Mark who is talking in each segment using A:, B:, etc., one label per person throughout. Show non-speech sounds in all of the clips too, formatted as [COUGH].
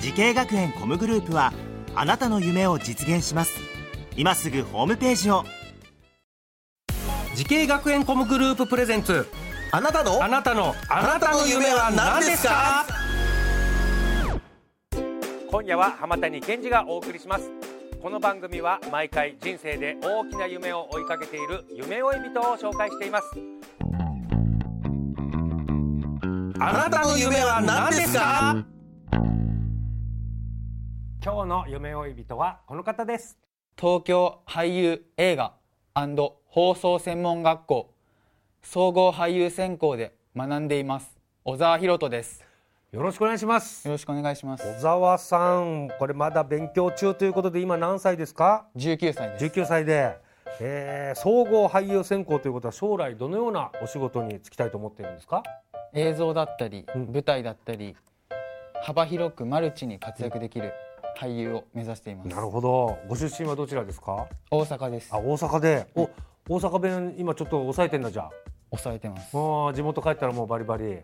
A: 時系学園コムグループはあなたの夢を実現します今すぐホームページを
B: 時系学園コムグループプレゼンツ
C: あなたの
B: あなたのあ
C: なたの夢は何ですか
D: 今夜は浜谷健二がお送りしますこの番組は毎回人生で大きな夢を追いかけている夢追い人を紹介しています
C: あなたの夢は何ですか
D: 今日の夢追い人はこの方です
E: 東京俳優映画放送専門学校総合俳優専攻で学んでいます小沢博人です
B: よろしくお願いします
E: よろしくお願いします
B: 小沢さんこれまだ勉強中ということで今何歳ですか
E: 19歳です
B: 19歳で、えー、総合俳優専攻ということは将来どのようなお仕事に就きたいと思っているんですか
E: 映像だったり、
B: うん
E: 舞台だったり幅広くマルチに活躍できる俳優を目指しています
B: なるほどご出身はどちらですか
E: 大阪です
B: あ大阪でお大阪弁今ちょっと抑えてんだじゃあ
E: 抑えてます
B: ああ地元帰ったらもうバリバリ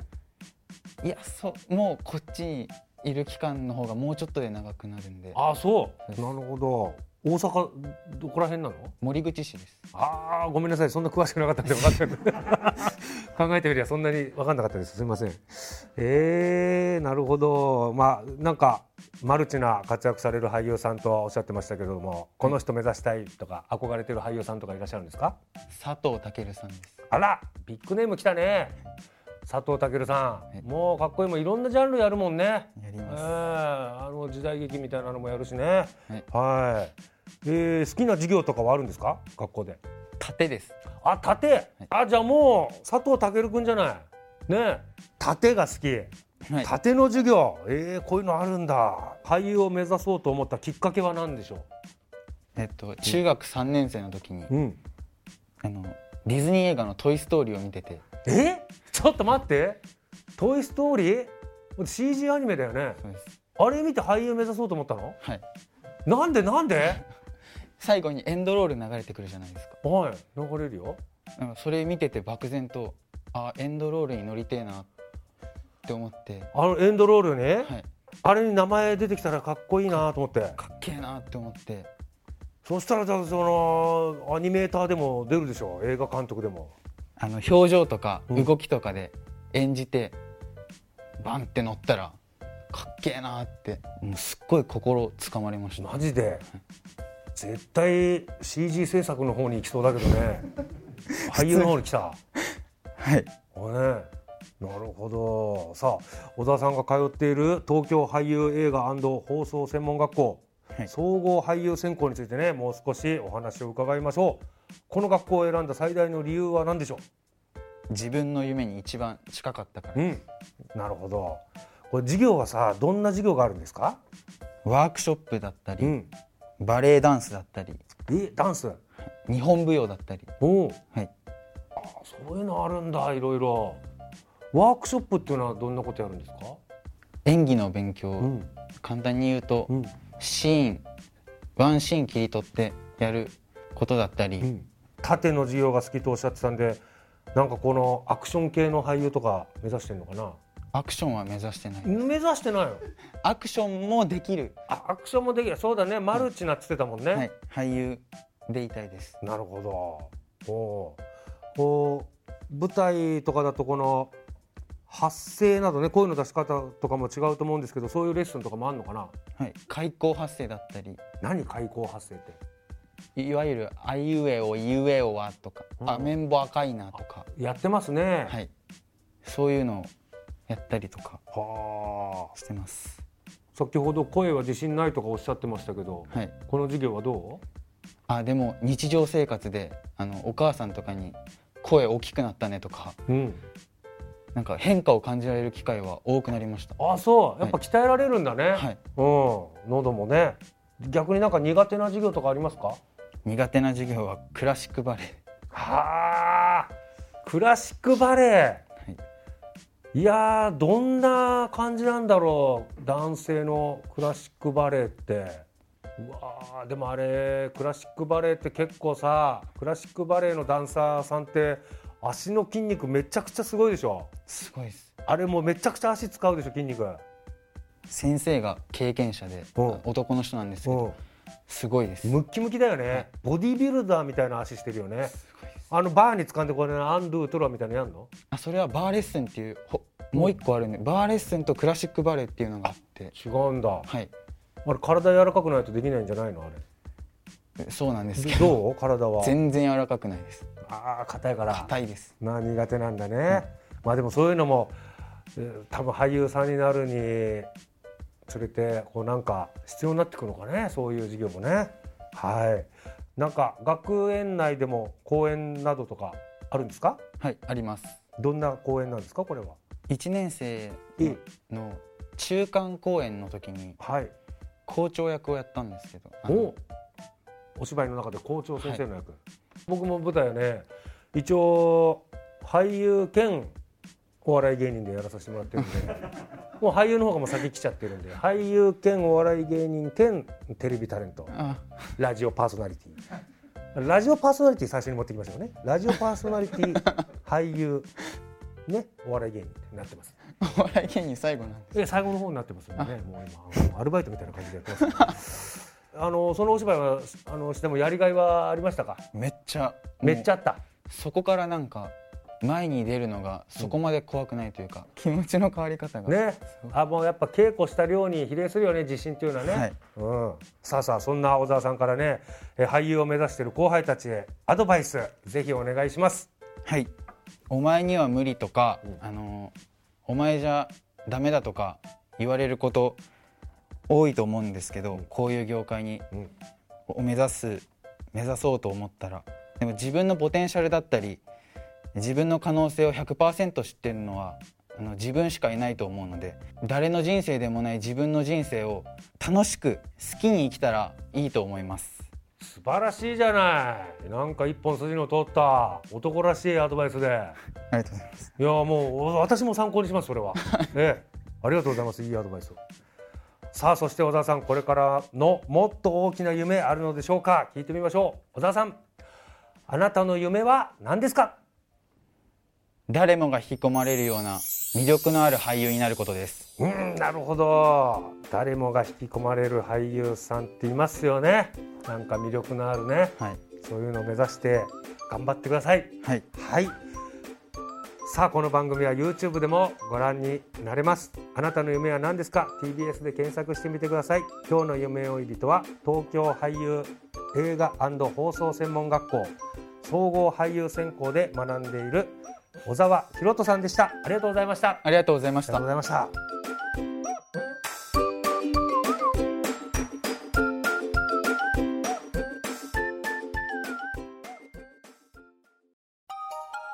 E: いやそうもうこっちにいる期間の方がもうちょっとで長くなるんで
B: ああそ
E: そうで
B: う
E: す
B: なるほど大阪どこら辺なの
E: 森口市です
B: ああごめんなさいそんな詳しくなかったんで分かんなかった [LAUGHS] 考えてみりゃそんなに分かんなかったですすみませんえー、なるほどまあなんかマルチな活躍される俳優さんとはおっしゃってましたけれどもこの人目指したいとか憧れてる俳優さんとかいらっしゃるんですか
E: 佐藤健さんです
B: あらビッグネーム来たね佐藤健さ
E: はい
B: んもうかっこいいもんいろんなジャンルやるもんね
E: やり
B: ええ
E: ます、
B: あの時代劇みたいなのもやるしね
E: はい
B: はい、えー、好きな授業とかはあるんですか学校で
E: 盾です
B: あ、盾。あ、じゃあもう佐藤健くんじゃない。ねえ、盾が好き。
E: はい
B: 盾の授業。えー、こういうのあるんだ。俳優を目指そうと思ったきっかけは何でしょ
E: えっと中学3年生の時に
B: う。うん。
E: あのディズニー映画の「トイ・ストーリー」を見てて
B: え、ちょっと待って。トイストーリー？CG アニメだよね。
E: そうです、
B: あれ見て俳優目指そうと思ったの？
E: はい、
B: なんでなんで？
E: [LAUGHS] 最後にエンドロール流れてくるじゃないですか
B: はい、流れるよ。
E: なんかそれ見てて漠然とあエンドロールに乗りてえなって思って、
B: あのエンドロールね、
E: はい、
B: あれに名前出てきたらかっこいいなと思って。
E: かっけえなって思って
B: そしたらじゃあそのアニメーターでも出るでしょ。映画監督でも。
E: あの表情とか
B: うん
E: 動きとかで演じて、バンって乗ったらかっけえなってもうすっごい心つかまれました
B: マジで絶対 CG 制作の方に行きそうだけど
E: [LAUGHS]
B: ね俳優の方に来た
E: はい
B: これねなるほどさあ小沢さんが通っている東京俳優映画放送専門学校、
E: はい
B: 総合俳優専攻についてねもう少しお話を伺いましょうこの学校を選んだ最大の理由は何でしょ
E: 自分の夢に一番近かったから
B: ううんなるほどこれ授業はさどんな授業があるんですか
E: ワークショップだったり、
B: ん
E: バレエダンスだったり
B: えダンス
E: 日本舞踊だったり、
B: おお
E: はい、
B: そういうのあるんだいろいろワークショップっていうのはどんなことやるんですか
E: 演技の勉強、
B: ん
E: 簡単に言うと、
B: うん
E: シーンワンシーン切り取ってやることだったり、
B: 縦の授業が好きとおっしゃってたんでなんかこのアクション系の俳優とか目指してんのかな
E: アクションは目指してない
B: 目指してないの
E: アクションもできる、
B: あアクションもできるそうだねマルチなっつってたもんね、
E: はい、俳優でいたいです
B: なるほどおうこう舞台とかだとこの発声などね声の出し方とかも違うと思うんですけどそういうレッスンとかもあるのかな
E: はい、開口発声だったり
B: 何開口発声って
E: いわゆる「あいうえおいうえおは」とか「あ
B: うん
E: 綿棒赤いな」とか、
B: やってますね、
E: はい、そういうのをやったりとか
B: はあ
E: してます、
B: 先ほど声は自信ないとかおっしゃってましたけど
E: はい、
B: この授業はど
E: あでも日常生活であのお母さんとかに「声大きくなったね」とか
B: う、うん、
E: なんか変化を感じられる機会は多くなりました
B: あそうやっぱ鍛えられるんだね、
E: はい
B: うん喉もね逆になんか苦手な授業とかありますか
E: 苦手な授業はクラシックバレエ
B: はあクラシックバレエ、、
E: はい
B: やーどんな感じなんだろう男性のクラシックバレエってうわーでもあれクラシックバレエって結構さクラシックバレエのダンサーさんって足の筋肉めちゃくちゃすごいでしょ
E: すごいです
B: あれもうめちゃくちゃ足使うでしょ筋肉
E: 先生が経験者で
B: うん
E: 男の人なんですけ
B: う
E: ど
B: ん
E: すごいです
B: ムッキムキだよねボディビルダーみたいな足してるよねあのバーに掴んでこれ、ね、アンドゥトロみたいなのやんの
E: あそれはバーレッスンっていうほもう一個あるんでバーレッスンとクラシックバレエっていうのがあって
B: 違うんだ
E: はい
B: あれ体柔らかくないとできないんじゃないのあれ
E: そうなんですけど
B: どう体は
E: 全然柔らかくないです
B: ああ硬いから
E: 硬いです
B: まあ苦手なんだね、まあでもそういうのもえー多分俳優さんになるにつれてこうなんか必要になってくるのかねそういう授業もねはいなんか学園内でも講演などとかあるんですか
E: はいあります
B: どんな講演なんですかこれは
E: 1年生
B: いい
E: の中間公演の時に
B: はい
E: 校長役をやったんですけどあの
B: おお芝居の中で校長先生の役、僕も舞台はね一応俳優兼お笑い芸人でやらさせてもらってるん [LAUGHS] でもう俳優の方がもう先来ちゃってるんで俳優兼お笑い芸人兼テレビタレント
E: あ
B: ラジオパーソナリティラジオパーソナリティ最初に持ってきましたよねラジオパーソナリティ俳優ねお笑い芸人になってます
E: お笑い芸人最後なんです
B: え最後の方になってますよね。もう今アルバイトみたいな感じでやってます。 [LAUGHS] あのそのお芝居はあのしてもやりがいはありましたか。
E: めっちゃ
B: めっちゃあった。
E: そこからなんか前に出るのがそこまで怖くないというか、気持ちの変わり方が、
B: ね。あもうやっぱ稽古した量に比例するよね自信というのはね。
E: はい
B: うん。さあさあそんな小沢さんからねえ俳優を目指している後輩たちへアドバイスぜひお願いします。
E: はいお前には無理とか、あのお前じゃダメだとか言われること多いと思うんですけど、こういう業界に、
B: ん
E: を目指す目指そうと思ったらでも自分のポテンシャルだったり自分の可能性を100%知ってるのはあの自分しかいないと思うので誰の人生でもない自分の人生を楽しく好きに生きたらいいと思います。
B: 素晴らしいじゃない。なんか一本筋の通った男らしいアドバイスで。
E: ありがとうございます。
B: いやもう私も参考にしますそれは、ええ、ありがとうございますいいアドバイスをさあそして小沢さんこれからのもっと大きな夢あるのでしょうか聞いてみましょう小沢さんあなたの夢は何ですか
E: 誰もが引き込まれるような魅力のある俳優になることです
B: うんなるほど誰もが引き込まれる俳優さんっていますよねなんか魅力のあるね
E: はい
B: そういうのを目指して頑張ってください
E: はい
B: はい。さあこの番組は YouTube でもご覧になれますあなたの夢は何ですか TBS で検索してみてください今日の夢追い人は東京俳優映画放送専門学校総合俳優専攻で学んでいる小沢博人さんでしたありがとうございましたあ
E: ありがとうございまし
B: りがと
E: た
B: うございました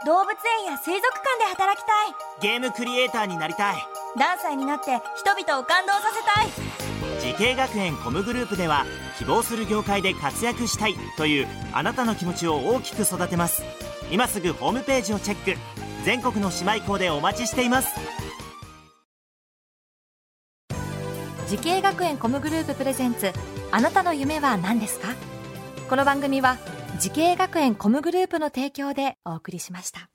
F: 動物園や水族館で働きたい
A: ゲームクリエイターになりたい
F: ダンサーになって人々を感動させたい
A: 時系学園コムグループでは希望する業界で活躍したいというあなたの気持ちを大きく育てます今すぐホームページをチェック全国の姉妹校でお待ちしています
G: 時系学園コムグループプレゼンツあなたの夢は何ですかこの番組は時系学園コムグループの提供でお送りしました